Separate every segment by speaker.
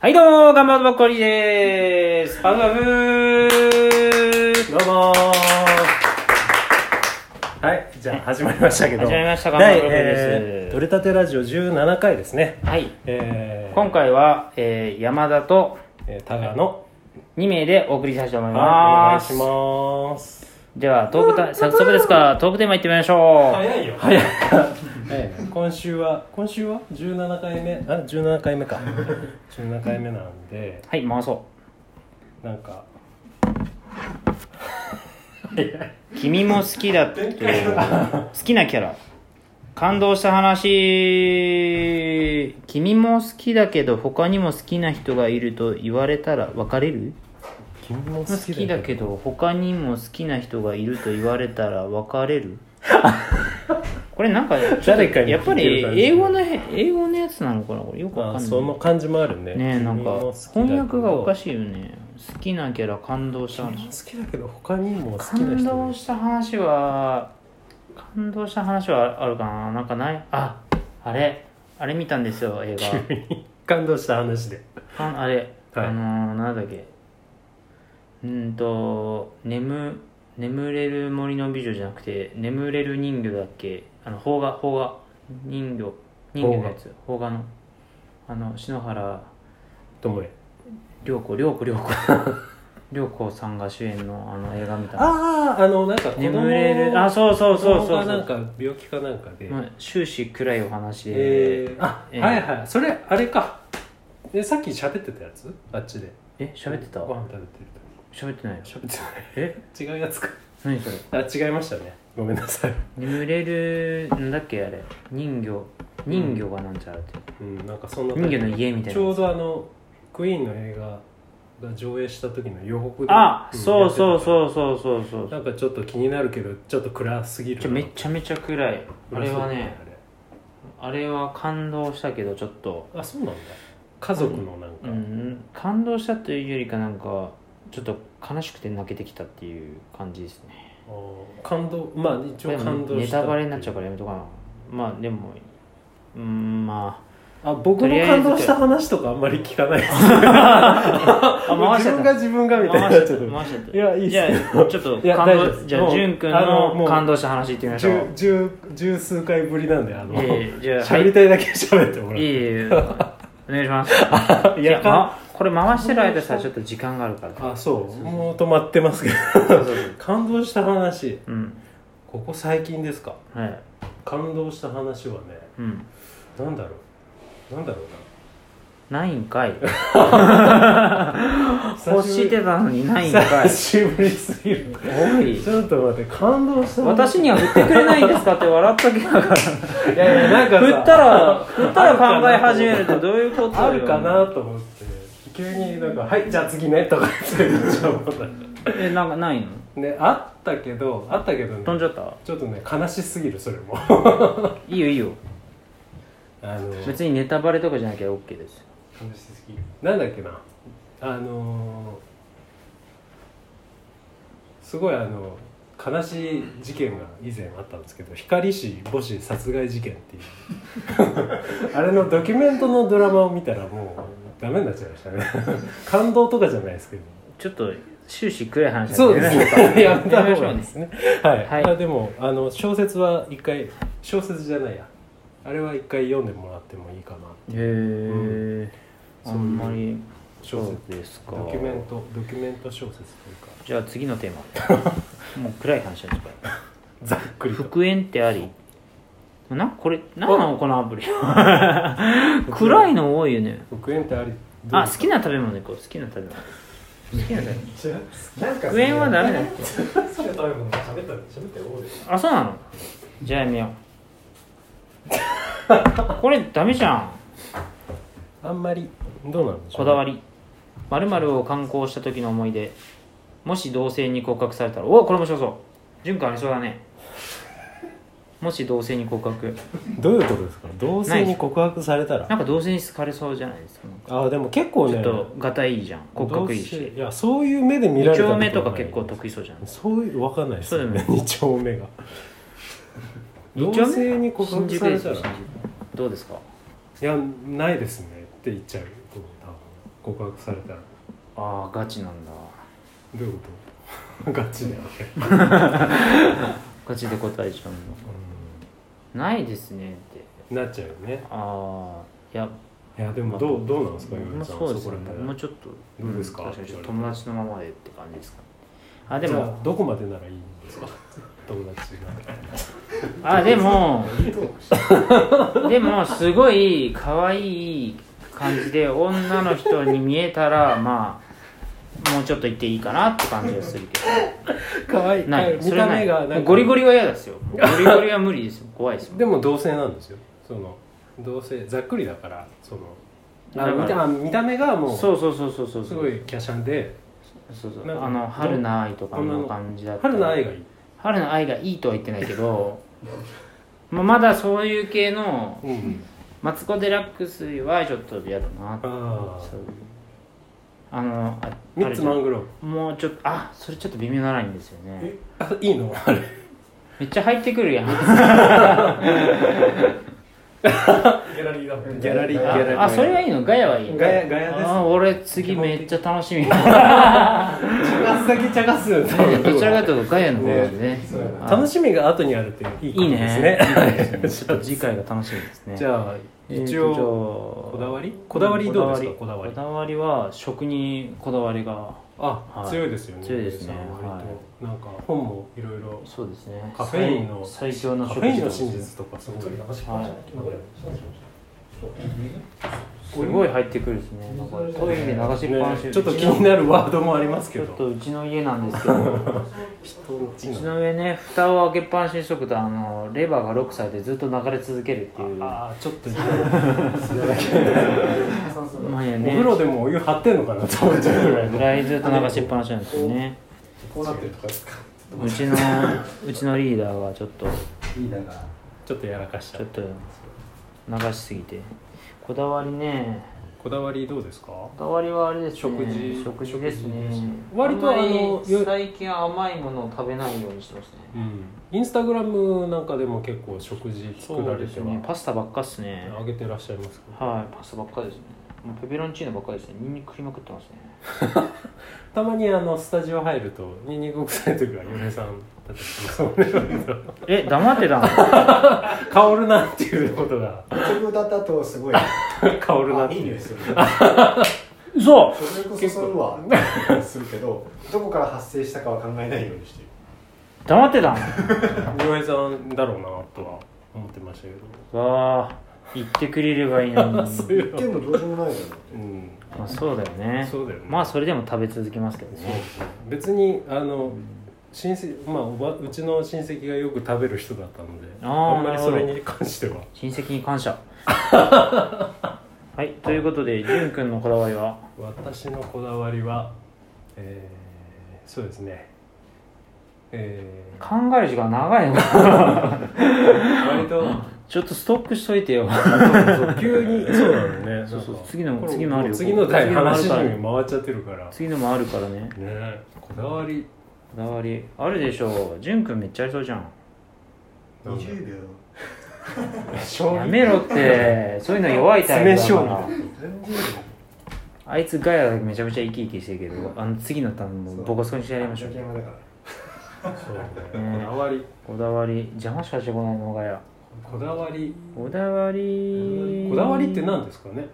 Speaker 1: はいどうも、ガンバードばっこりでーす。パフパフー
Speaker 2: どうもーはい、じゃあ始まりましたけど
Speaker 1: 始まりましたガンバ
Speaker 2: 第
Speaker 1: ブログです
Speaker 2: えー取れたてラジオ17回ですね
Speaker 1: はい。
Speaker 2: えー
Speaker 1: 今回は、えー、山田と
Speaker 2: えー、タガの
Speaker 1: 2名でお送りしたいと思い
Speaker 2: は
Speaker 1: ま
Speaker 2: い
Speaker 1: す。
Speaker 2: お願いします
Speaker 1: では、トークタイ、早速ですが、トークテーマいってみましょう。
Speaker 2: 早いよ早い、 えー今週は今週は17回目あ17回目か 17回目なんで
Speaker 1: はい、回そ
Speaker 2: なんか
Speaker 1: う。君も好きだっていう、好きなキャラ。感動した話。君も好きだけど、他にも好きな人がいると言われたら別れる
Speaker 2: 君も好
Speaker 1: 好
Speaker 2: き
Speaker 1: き
Speaker 2: だ
Speaker 1: だ
Speaker 2: け
Speaker 1: けど他にも好きな人がいると言われたら別れ るこれなんかちょっと
Speaker 2: 誰かに
Speaker 1: やっぱ
Speaker 2: 聞いて
Speaker 1: り
Speaker 2: る感じ
Speaker 1: 英語のへ英語のやつなのかなこれよくわ
Speaker 2: ど
Speaker 1: か
Speaker 2: あ
Speaker 1: ん
Speaker 2: その
Speaker 1: な
Speaker 2: 感じもあるね
Speaker 1: いねえなんか翻訳がおかしいよね好きなキャラ感動した
Speaker 2: 君
Speaker 1: 話
Speaker 2: も好きだけど他にも好きな
Speaker 1: 感
Speaker 2: 人も
Speaker 1: 動した話は感動した話はあるかななんかないああれあれ見たんですよ映 画
Speaker 2: 感動した話で
Speaker 1: ああれ、
Speaker 2: はい
Speaker 1: あのー、なんだっけうーんと眠眠れる森の美女じゃなくて眠れる人魚だっけあの邦画邦画人魚人魚のやつ邦画のあの篠原
Speaker 2: ともえ
Speaker 1: 涼子涼子涼 子涼子さんが主演のあの映画見た
Speaker 2: あああのなんか子供
Speaker 1: 眠れるあそうそうそうそう
Speaker 2: 子供
Speaker 1: そ
Speaker 2: がなん
Speaker 1: う
Speaker 2: か病気かなんかで、
Speaker 1: まあ終始暗いお話で
Speaker 2: えー、あ、
Speaker 1: えー
Speaker 2: はいはいそれあれかでさっき喋ってたやつあっちで
Speaker 1: え喋ってた
Speaker 2: ご飯食べて
Speaker 1: 喋ってないよ
Speaker 2: ると喋ってない
Speaker 1: え
Speaker 2: 違うやつか
Speaker 1: 何それ
Speaker 2: あ違いましたねごめんなさい
Speaker 1: 眠れるなんだっけあれ人魚人魚がなんちゃらって
Speaker 2: うんなんかそんな
Speaker 1: 人魚の家みたい
Speaker 2: ちょ
Speaker 1: な
Speaker 2: うどあのクイーンの映画が上映した時の予告で
Speaker 1: あそうそう
Speaker 2: う
Speaker 1: そうそうそうそ
Speaker 2: ん
Speaker 1: う
Speaker 2: なんかちょっと気になるけどちょっと暗すぎる
Speaker 1: ちょめちゃめちゃ暗いあ
Speaker 2: 暗
Speaker 1: れ
Speaker 2: そうだ
Speaker 1: はねあ
Speaker 2: あれ
Speaker 1: れは感動したけどちょっと
Speaker 2: あそうなんだ家族のなん
Speaker 1: う
Speaker 2: か、
Speaker 1: ん感動したというよりかなんかちょっと悲しくて泣けてきたっていう感じですね
Speaker 2: あー感動まあ一応感動
Speaker 1: ネ
Speaker 2: した
Speaker 1: タバレになっちゃうからやめとかなまあでもうんま
Speaker 2: らあ僕
Speaker 1: とり
Speaker 2: の
Speaker 1: あえず
Speaker 2: 感動した話とかあんまり聞かないです
Speaker 1: ああ回しち
Speaker 2: 自
Speaker 1: ゃっ
Speaker 2: 分
Speaker 1: た
Speaker 2: が自分がみたいに
Speaker 1: 回
Speaker 2: な
Speaker 1: し
Speaker 2: っ
Speaker 1: ち
Speaker 2: ち
Speaker 1: ゃっ
Speaker 2: ゃったた
Speaker 1: 回しちゃった
Speaker 2: いやいいっす
Speaker 1: じゃあちょっと
Speaker 2: いや
Speaker 1: 感
Speaker 2: 大丈夫で
Speaker 1: 動
Speaker 2: す
Speaker 1: じゃあ
Speaker 2: もう
Speaker 1: 潤くん
Speaker 2: あのも
Speaker 1: の
Speaker 2: う
Speaker 1: 感動した話言ってみましょう
Speaker 2: 十十十数回ぶりなんであの
Speaker 1: いえいえじゃあ
Speaker 2: 喋りたいだけ喋ってもら
Speaker 1: いえいえ お願いします
Speaker 2: う
Speaker 1: い
Speaker 2: い
Speaker 1: や、
Speaker 2: か
Speaker 1: ま、これ回してる間さちょっと時間があるから
Speaker 2: あそうもう止まってますけど
Speaker 1: そうそうそう
Speaker 2: 感動した話
Speaker 1: うん
Speaker 2: ここ最近ですか
Speaker 1: はい
Speaker 2: 感動した話はね
Speaker 1: うん
Speaker 2: なんだろうなんだろう
Speaker 1: ないんかい
Speaker 2: な
Speaker 1: 欲してたのにないんかい
Speaker 2: 久しぶりすぎる
Speaker 1: おい
Speaker 2: ちょっと待って感動した話
Speaker 1: 私には振ってくれないんですかって笑ったけど振
Speaker 2: いやいやなんかさ
Speaker 1: ったら振ったら考え始めるとどういうことよ
Speaker 2: あるかなと思って急になんか「はいじゃあ次ね」とかって言っちゃうもんだ
Speaker 1: えなんかないの
Speaker 2: ねあったけどあったけどね
Speaker 1: 飛んじゃった
Speaker 2: ちょっとね悲しすぎるそれも
Speaker 1: いいよいいよ
Speaker 2: あの悲し
Speaker 1: 別にネタバレとかじゃなきゃ OK ですよ
Speaker 2: すぎるなんだっけなあのー、すごいあの悲しい事件が以前あったんですけど光市母子殺害事件っていう あれのドキュメントのドラマを見たらもうダメになっちゃいましたね感動とかじゃないですけど
Speaker 1: ちょっと終始暗い話だ
Speaker 2: そうですね。やめた
Speaker 1: やめま
Speaker 2: 方
Speaker 1: しょ
Speaker 2: が
Speaker 1: う
Speaker 2: いい
Speaker 1: ね
Speaker 2: ですね。はい。
Speaker 1: はい
Speaker 2: あでもあの小説は一回小説じゃないや。あれは一回読んでもらってもいいかな。
Speaker 1: へえあ
Speaker 2: そうん
Speaker 1: まり
Speaker 2: 小
Speaker 1: そう
Speaker 2: 説
Speaker 1: ですか
Speaker 2: ドキュメントドキュメント小説というか
Speaker 1: じゃあ次のテーマ もう暗い話ですから
Speaker 2: ざっくりと。
Speaker 1: 復縁ってありなこれ何なのこのア プリ暗いの多いよね
Speaker 2: 復縁ってあり。どう
Speaker 1: あ好きな食べ物いこう好きな食べ物好きな食べ物
Speaker 2: なんか
Speaker 1: 復縁はダメだっ
Speaker 2: 好きな食べ物食べた喋ったよ。
Speaker 1: あそうなのじゃあやめようこれダメじゃん
Speaker 2: あんまりどうなんでしょう、
Speaker 1: こだわ
Speaker 2: り。
Speaker 1: り〇〇を観光した時の思い出もし同性に告白されたらおこれ面白そう純くんありそうだねもし同性に告白
Speaker 2: どういうことですか。同性に告白されたら。
Speaker 1: なんか同性に好かれそうじゃないですかなんか
Speaker 2: あでも結構
Speaker 1: ちょ
Speaker 2: ね。
Speaker 1: っとがたいいじゃん骨格いい
Speaker 2: 同性
Speaker 1: し
Speaker 2: いやそういう目で見ら
Speaker 1: 2
Speaker 2: れた
Speaker 1: 丁
Speaker 2: と
Speaker 1: 目と
Speaker 2: が
Speaker 1: か
Speaker 2: ない
Speaker 1: 結構得意そうじゃん
Speaker 2: そういうわかんないですよね
Speaker 1: そう
Speaker 2: 2丁目が
Speaker 1: 二
Speaker 2: 同
Speaker 1: 丁目
Speaker 2: 性に告
Speaker 1: 新
Speaker 2: 白
Speaker 1: 宿
Speaker 2: さ
Speaker 1: で
Speaker 2: れ
Speaker 1: す
Speaker 2: た
Speaker 1: よ
Speaker 2: ら
Speaker 1: 新宿どうですか
Speaker 2: いやないですねって言っちゃうと思う告白されたら
Speaker 1: ああガチなんだ
Speaker 2: どういうことガチだよね、
Speaker 1: ガチで答えちゃうのないですねって
Speaker 2: なっちゃうよね
Speaker 1: ああいや
Speaker 2: いやでもどうどうなんですか
Speaker 1: 僕
Speaker 2: 岩
Speaker 1: も
Speaker 2: 井さん
Speaker 1: そうですね
Speaker 2: こら
Speaker 1: 僕
Speaker 2: 辺
Speaker 1: もちょっと
Speaker 2: どうですか
Speaker 1: ん確にちょっと友達のままでって感じですかねあで
Speaker 2: じゃ
Speaker 1: も
Speaker 2: あどこまでならいいんですか友達が
Speaker 1: あでもでもすごい可愛い感じで女の人に見えたら まあもうちょっと言っていいかなって感じがするけ
Speaker 2: 可愛い
Speaker 1: どない
Speaker 2: 見
Speaker 1: それは
Speaker 2: た
Speaker 1: な
Speaker 2: 目
Speaker 1: い
Speaker 2: がなんか
Speaker 1: ゴリゴリは嫌ですよゴリゴリは無理ですよ怖いですよ
Speaker 2: でも同性なんですよその同性ざっくりだからそのあ
Speaker 1: だ
Speaker 2: 見
Speaker 1: から
Speaker 2: た見た目がもう
Speaker 1: そうそうそうそうそう
Speaker 2: す
Speaker 1: そう
Speaker 2: ごいキャシャンで
Speaker 1: そうそう
Speaker 2: なんか
Speaker 1: あの春の愛とかの感じだったら
Speaker 2: 春の愛がいい
Speaker 1: 春の愛がいいとは言ってないけどまあまだそういう系の
Speaker 2: うん
Speaker 1: マツコ・デラックスはちょっと嫌だなって
Speaker 2: ああ
Speaker 1: そうあのああ
Speaker 2: 三
Speaker 1: れ
Speaker 2: つ
Speaker 1: じゃん
Speaker 2: マングローブ
Speaker 1: もうちょっとあそれちょっと微妙なラインですよね
Speaker 2: えあいいの あれ
Speaker 1: めっちゃ入ってく るやん
Speaker 3: ギャラリーだもん
Speaker 2: ギャラリーギャラリー
Speaker 1: あそれはいいのガヤはいいの
Speaker 2: ガヤガヤです
Speaker 1: あ俺次めっちゃ楽しみ
Speaker 2: 茶化すだけ茶化すよ
Speaker 1: どちらかというとガヤの方ですね
Speaker 3: そうやな
Speaker 1: あ
Speaker 2: 楽しみが後にあるっていい
Speaker 1: いい
Speaker 2: 感じですね
Speaker 1: ねいいですねちょっと次回が楽しみですね
Speaker 2: じゃあ
Speaker 1: えーと
Speaker 2: 一
Speaker 1: じ
Speaker 2: 応
Speaker 1: ゃあ
Speaker 2: こだわりこだわりどうですかこだわり
Speaker 1: こだわりは食にこだわりが
Speaker 2: あ
Speaker 1: はい
Speaker 2: 強いですよね
Speaker 1: 強いですね
Speaker 2: 皆さん割と
Speaker 1: は
Speaker 2: なんか本もいろいろ
Speaker 1: そうですね
Speaker 2: カフェインの
Speaker 1: 最最強の
Speaker 2: カフ
Speaker 1: 食
Speaker 2: ェイ
Speaker 1: 事
Speaker 2: ン
Speaker 1: だ
Speaker 2: の真実とかすごい
Speaker 1: はい
Speaker 3: 今これ
Speaker 1: すごい入ってくるですねなんかトイレで流しっぱなし、
Speaker 2: ねちょっと気になるワードもあります
Speaker 1: ち
Speaker 2: け
Speaker 1: ょっ
Speaker 2: ど
Speaker 1: とうちの家なんですけどうちの上ね蓋を開けっぱなしにしとくとあのレバーがロックされてずっと流れ続けるっていう
Speaker 2: ああちょっと
Speaker 1: まあいや
Speaker 2: お
Speaker 1: ね
Speaker 2: 風呂でもお湯張ってんのかなと思っちゃうぐ らい
Speaker 1: ぐ
Speaker 2: の
Speaker 1: らいずっと流しっぱなしなんですよね
Speaker 3: こうなってるとかですか
Speaker 1: うちのうちのリーダーがちょっと
Speaker 3: いいなが
Speaker 2: ちょっとやらかしちゃ
Speaker 1: ちょ
Speaker 2: う
Speaker 1: っと流しすぎてこだわりね
Speaker 2: こだわりどうですか
Speaker 1: こだわりはあれですね
Speaker 2: 食事
Speaker 1: 食事ですね
Speaker 2: 食事割とあ
Speaker 1: ん
Speaker 2: の
Speaker 1: まり
Speaker 2: よ
Speaker 1: 最近甘いものを食べないようにしてますね
Speaker 2: うんインスタグラムなんかでも結構食事作られては
Speaker 1: パスタばっかっすね
Speaker 2: あげてらっしゃいますけど
Speaker 1: はい、パスタばっかりですね。もうペペロンチーノばっかりですね。ニンニク食いまくってますね。
Speaker 2: たまにあのスタジオ入るとニンニク臭い時は嫁さんだったりしますも んね
Speaker 1: え、黙ってたの
Speaker 2: 香るなっていうことが
Speaker 3: 曲だったとすごい
Speaker 2: 香るなっ
Speaker 3: あ
Speaker 2: て
Speaker 3: いい
Speaker 2: い
Speaker 3: 匂
Speaker 2: う
Speaker 3: いするね
Speaker 1: 嘘
Speaker 3: それこそそういうわするけどどこから発生したかは考えないようにしてる
Speaker 1: 黙ってたの
Speaker 2: 岩井さんだろうなとは思ってましたけど
Speaker 1: わあ、言ってくれればいいの に。
Speaker 2: そういうの
Speaker 3: でもどうしようもないじゃん
Speaker 2: うん
Speaker 1: まあそうだよね。
Speaker 2: そうだよね
Speaker 1: まあそれでも食べ続けますけどね。
Speaker 2: 別にあの親戚まあおばうちの親戚がよく食べる人だったので
Speaker 1: あ
Speaker 2: あ
Speaker 1: ー
Speaker 2: んまり
Speaker 1: なる
Speaker 2: そ
Speaker 1: ほど
Speaker 2: れに関しては
Speaker 1: 親戚に感謝。はい、ということで、じゅんくんのこだわりは
Speaker 2: 私のこだわりは、えー、そうですねえ
Speaker 1: 考える時間長いの
Speaker 2: ー、割と
Speaker 1: ちょっとストックしといてよ。
Speaker 2: そう 急にそうなのね
Speaker 1: そうそう
Speaker 2: なん
Speaker 1: 次の
Speaker 2: かこれ
Speaker 1: 次のあるよ
Speaker 2: もう次の台
Speaker 1: 次のあ
Speaker 2: 話
Speaker 1: る
Speaker 2: に
Speaker 1: から
Speaker 2: 回っちゃってるから
Speaker 1: 次のもあるからね。
Speaker 2: ねこだわり
Speaker 1: こだわり。あるでしょう。じゅんくんめっちゃありそうじゃん。
Speaker 2: なんだ
Speaker 3: 20秒
Speaker 2: 将
Speaker 1: や
Speaker 2: 棋
Speaker 1: めろって、そういうの弱いタイプだから。
Speaker 3: 30
Speaker 1: あいつガヤだけめちゃめちゃ生き生きしてるけど、あの次のターンも
Speaker 3: 秒
Speaker 1: ボコスコにしてやりましょう
Speaker 3: 竹。山だから
Speaker 2: そうねこだわり
Speaker 1: こだわり、邪魔しかしてこないのガヤ。
Speaker 2: こだわり
Speaker 1: こだわり。
Speaker 2: こだわりって何ですかね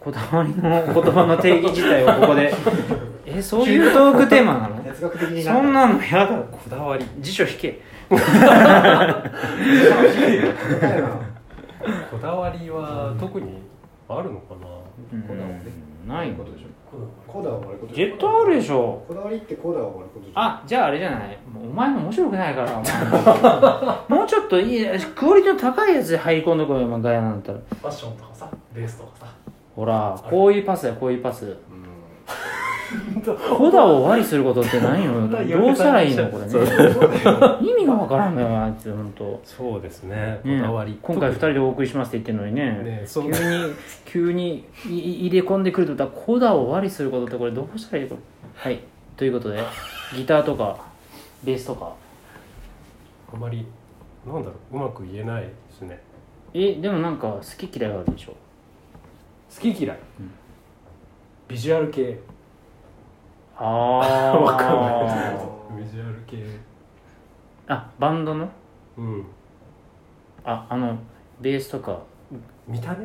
Speaker 1: こだわりの言葉の定義自体をここ で。え、そういうトークテーマなの
Speaker 3: 哲学的に
Speaker 1: そんなのやだ。
Speaker 2: こだわり
Speaker 1: 辞書引け。
Speaker 3: 答えは
Speaker 2: こだわりは特にあるのかな
Speaker 1: うん
Speaker 3: こだわ
Speaker 1: ない
Speaker 3: ことでし
Speaker 2: こだわ
Speaker 3: ょコーダは終わること
Speaker 1: 絶対あるでしょ。
Speaker 3: こだわりってコーダは終わることじゃん
Speaker 1: あ、じゃああれじゃないもうお前の面白くないから、お前もうちょっといい、クオリティの高いやつで入り込んでこいよ、お前ガヤなんだったら。
Speaker 3: ファッションとかさベースとかさ
Speaker 1: ほら、こういうパスだよ、こういうパ ス。
Speaker 3: うん
Speaker 1: コダを割りすることって 何よ
Speaker 2: また
Speaker 1: どうしたらいいのこれね
Speaker 2: そう
Speaker 1: 意味がわからんのよあいつ本当
Speaker 2: そうですねこ
Speaker 1: ね
Speaker 2: だわり
Speaker 1: 今回2人でお送りしますって言ってるのにね
Speaker 2: ねそ
Speaker 1: 急
Speaker 2: う
Speaker 1: に急にい入れ込んでくるとだからコダを割りすることってこれどうしたらいいのはいということでギターとかベースとか
Speaker 2: あまりなんだろううまく言えないですね
Speaker 1: えでもなんか好き嫌いがあるでしょ
Speaker 2: 好き嫌い、ビジュアル系
Speaker 1: あ あ
Speaker 2: わかんない
Speaker 3: あー
Speaker 2: ビジュアル系
Speaker 1: あバンドの
Speaker 2: うん
Speaker 1: ああのベースとか
Speaker 2: 見た目こ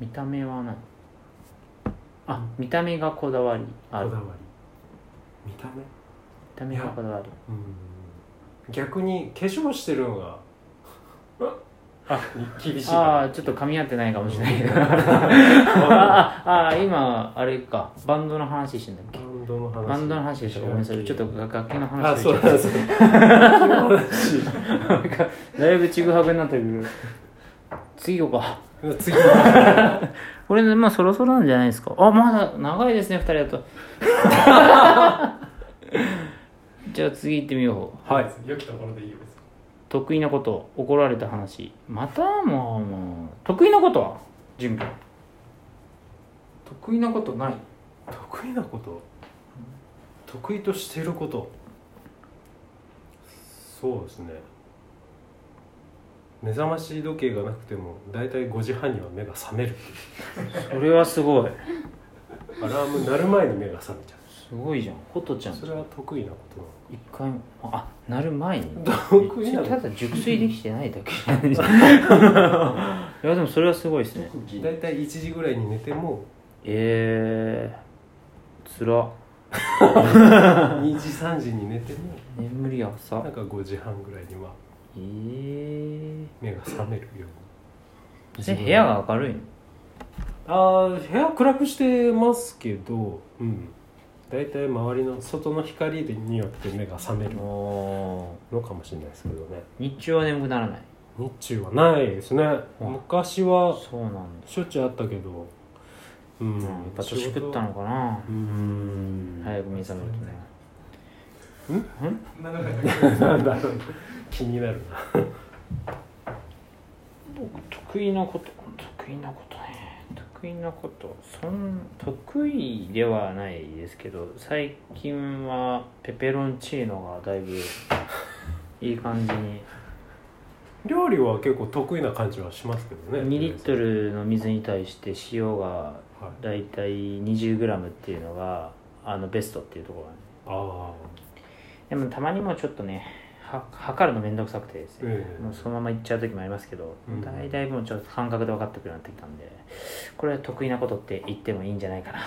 Speaker 1: 見た目はないあ見た目がこだわり
Speaker 2: だ
Speaker 1: あ
Speaker 2: わ
Speaker 1: る
Speaker 2: り
Speaker 1: 見
Speaker 2: 見た目
Speaker 1: た目がこだわり
Speaker 2: うん逆に化粧してるのが
Speaker 1: あ
Speaker 2: 厳しい
Speaker 1: あ
Speaker 2: か
Speaker 1: あちょっと噛み合ってないかもしれないけ ど
Speaker 2: ら
Speaker 1: あああ今あれかバンドの話してんだっ
Speaker 2: バ
Speaker 1: け
Speaker 2: ンドの話
Speaker 1: バンドの話でしたごめんなさいちょっと楽器の話
Speaker 2: あ
Speaker 1: で
Speaker 2: そうなんです よ
Speaker 1: なんかだいぶちぐはぐになってくる次行こうか
Speaker 2: 次は
Speaker 1: これねまあそろそろなんじゃないですかあまだ長いですね2人だと じゃあ次行ってみよう
Speaker 2: はい
Speaker 3: 良きところでいいよ別に
Speaker 1: 得意なこと怒られた話またもうもう得意なことは準備得意なことない
Speaker 2: 得意なこと得意としてることそうですね目覚まし時計がなくても大体5時半には目が覚める
Speaker 1: それはすごい
Speaker 2: アラーム鳴る前に目が覚めちゃ
Speaker 1: すごいじゃんホトちゃん
Speaker 2: うそれは得意なことなの
Speaker 1: 一回もあなる前に
Speaker 2: 得意な
Speaker 1: た
Speaker 2: の
Speaker 1: だ熟睡できてないだ けいやでもそれはすごいですね
Speaker 3: 特 技
Speaker 2: 大体1時ぐらいに寝ても
Speaker 1: えー、つら
Speaker 2: 2時3時に寝ても
Speaker 1: 眠り朝
Speaker 2: なんか5時半ぐらいには
Speaker 1: えー、
Speaker 2: 目が覚めるよ う
Speaker 1: それ
Speaker 2: に
Speaker 1: 部屋が明るいの
Speaker 2: あー部屋暗くしてますけどうん大体周りの外の光によって目が覚める
Speaker 1: お
Speaker 2: のかもしれないですけどね
Speaker 1: 日中は眠くならない
Speaker 2: 日中はないですね
Speaker 1: うん
Speaker 2: 昔は
Speaker 1: そうなんだ
Speaker 2: しょっちゅうあったけどうん
Speaker 1: やっぱ年食ったのかな
Speaker 2: うーん
Speaker 1: 早く目覚めるとね
Speaker 3: なんか
Speaker 2: なんだろう気になるな
Speaker 1: 得意なこと得意なことね得意なことそん得意ではないですけど最近はペペロンチーノがだいぶいい感じ に
Speaker 2: 料理は結構得意な感じはしますけどね
Speaker 1: 2リットルの水に対して塩が
Speaker 2: はい
Speaker 1: だいたい 20g っていうのがあのベストっていうところなんで
Speaker 2: ああ
Speaker 1: でもたまにもうちょっとねは測るのめんどくさくてですね、
Speaker 2: ええ
Speaker 1: もうそのまま行っちゃう時もありますけど、
Speaker 2: うん
Speaker 1: 大体もうちょっと感覚で分かってくるようになってきたんでこれは得意なことって言ってもいいんじゃないかなと、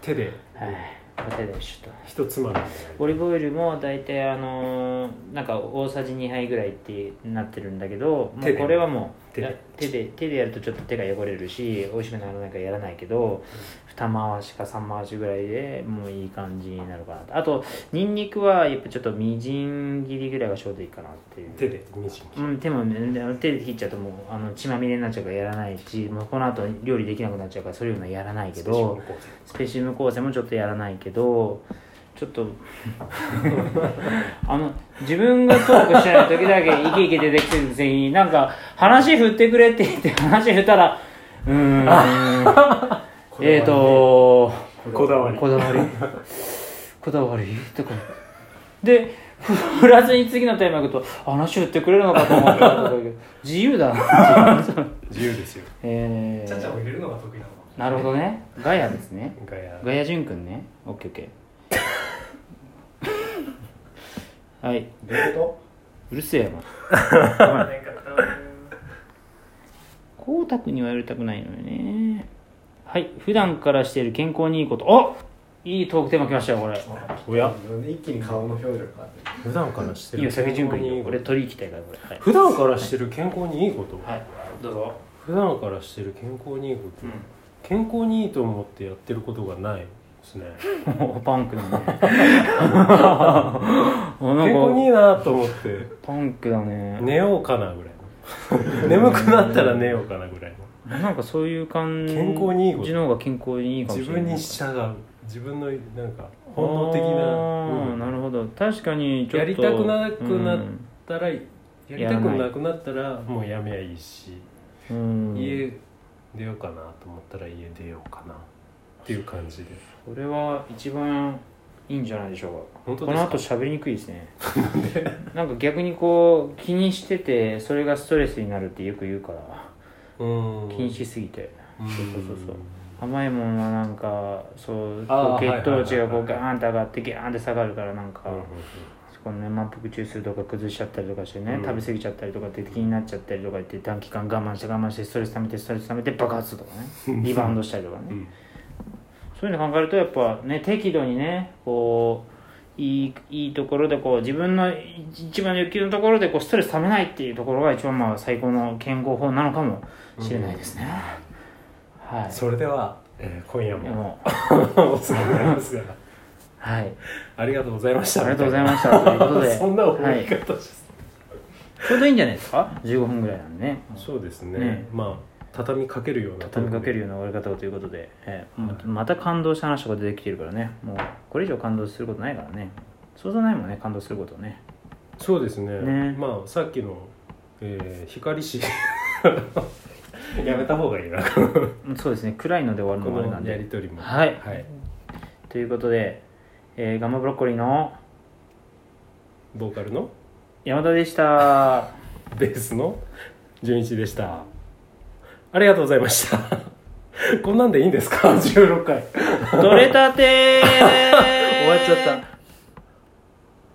Speaker 2: 手で
Speaker 1: はいこれでちょっと
Speaker 2: 一つまみで
Speaker 1: オリーブオイルも大体あのーなんか大さじ2杯ぐらいってなってるんだけども
Speaker 2: 手
Speaker 1: う
Speaker 2: で
Speaker 1: これはもう
Speaker 2: 手で
Speaker 1: いや手で手でやるとちょっと手が汚れるし美味しくならないからやらないけど2回しか3回しぐらいでもういい感じになるかなとあとニンニクはやっぱちょっとみじん切りぐらいがちょうどいいかなっていう
Speaker 2: 手でみじん切
Speaker 1: う
Speaker 2: り
Speaker 1: ん、手もねあの手で切っちゃうともうあの血まみれになっちゃうからやらないしもうこの後料理できなくなっちゃうからそういうのはやらないけど
Speaker 2: こう
Speaker 1: スペシウム構成もちょっとやらないけどちょっと あの自分がトークしてない時だけイケイケ出てきてるくせになんか話振ってくれって言って話振ったらうーんえっと
Speaker 2: こだわり
Speaker 1: こだわりこだわりとかでふ振らずに次のテーマ行くと話振ってくれるのかと思ったとか言う自由だな
Speaker 2: 自由ですよ
Speaker 1: え
Speaker 3: ちゃちゃを
Speaker 1: ー、
Speaker 3: 入れるのが得意なのかも
Speaker 1: なるほどねガヤですね
Speaker 2: ガヤ
Speaker 1: ガヤジュンくんね。オッケーオッケー。 はい。
Speaker 3: どういうこ
Speaker 1: うるせえよ、もう。 こうたくんにはやりたくないのよね。はい。普段からしている健康にいいこと。おいいトークテーマ来ましたよ、これ。
Speaker 2: おや
Speaker 3: と一気に顔の表情変わってる
Speaker 2: 普段からして
Speaker 1: いいよ、酒潤くんいいよ。
Speaker 2: こ
Speaker 1: 俺
Speaker 2: れ
Speaker 1: 取り行きたいから、これ。はい。
Speaker 2: 普段からしてる健康にいいこと、
Speaker 1: はい。どうぞ。
Speaker 2: 普段からしてる健康にいいこと、
Speaker 1: うん
Speaker 2: 健康にいいと思ってやってることがないですね
Speaker 1: おパンクだ ね。
Speaker 2: 健
Speaker 1: な
Speaker 2: 康にい
Speaker 1: んか、
Speaker 2: いなと思って
Speaker 1: パンクだね。
Speaker 2: 寝ようかなぐら いの眠くなったら寝ようかなぐらいの
Speaker 1: なんかそういう感じ
Speaker 2: 健康にいいこと
Speaker 1: の方が健康にいいかもし
Speaker 2: 自
Speaker 1: れない。
Speaker 2: 分に従う自分のなんか本能的な、
Speaker 1: あーなるほど確かにちょっと
Speaker 2: やりたくなくなっ
Speaker 1: うん
Speaker 2: たらやりたくなくなったらもうやめやいいし、
Speaker 1: うん
Speaker 2: 家出ようかなと思ったら家出ようかなっていう感じで
Speaker 1: これは一番いいんじゃないでしょうか
Speaker 2: 本当
Speaker 1: こ
Speaker 2: で
Speaker 1: の
Speaker 2: すか
Speaker 1: 後喋りにくいですねなんか逆にこう気にしててそれがストレスになるってよく言うから
Speaker 2: うん
Speaker 1: 気にしすぎて、そうそうそう甘いものはなんかそう
Speaker 2: あ
Speaker 1: こ
Speaker 2: ー
Speaker 1: う血糖値がこ
Speaker 2: は
Speaker 1: う
Speaker 2: いはいはいは
Speaker 1: ガ
Speaker 2: い
Speaker 1: ーンと上がってギャーンって下がるからなんか、
Speaker 2: うんうん
Speaker 1: そこのね満腹中枢とか崩しちゃったりとかしてね、
Speaker 2: うん
Speaker 1: 食べ過ぎちゃったりとかって気になっちゃったりとかって短期間我慢して我慢してストレス溜めてストレス溜めて爆発とか ねリバウンドしたりとかね、
Speaker 2: うん
Speaker 1: そういうの考えるとやっぱね適度にねこういいいいところでこう自分のい一番の欲求のところでこうストレス溜めないっていうところが一番まあ最高の健康法なのかもしれないですね、はい
Speaker 2: それでは、えー今夜
Speaker 1: で
Speaker 2: も
Speaker 1: も
Speaker 2: お世話になりますが
Speaker 1: はい
Speaker 2: ありがとうございました
Speaker 1: ありがとうございましたということで
Speaker 2: そんな思
Speaker 1: はいい
Speaker 2: 方です、
Speaker 1: ちょうどいいんじゃないですか15分ぐらいなんでね
Speaker 2: そうですね
Speaker 1: ね
Speaker 2: まあ畳みかけるような
Speaker 1: 畳みかけるよ
Speaker 2: よ
Speaker 1: うな終わり方をということで、えーもうまた感動した話とか出てきてるからねもうこれ以上感動することないからね想像ないもんね感動することね
Speaker 2: そうですね
Speaker 1: ね
Speaker 2: まあさっきの、えー光 市やめた方がいいなこ
Speaker 1: うんそうですね暗いので終わるのもあれなん
Speaker 2: のや
Speaker 1: で
Speaker 2: り取りも
Speaker 1: はい
Speaker 2: はい、
Speaker 1: ということで、えーガンマブロッコリーの
Speaker 2: ボーカルの
Speaker 1: 山田でした
Speaker 2: ベースの純一でしたありがとうございました こんなんでいいんですか16回
Speaker 1: 取れたてー
Speaker 2: 終わっちゃった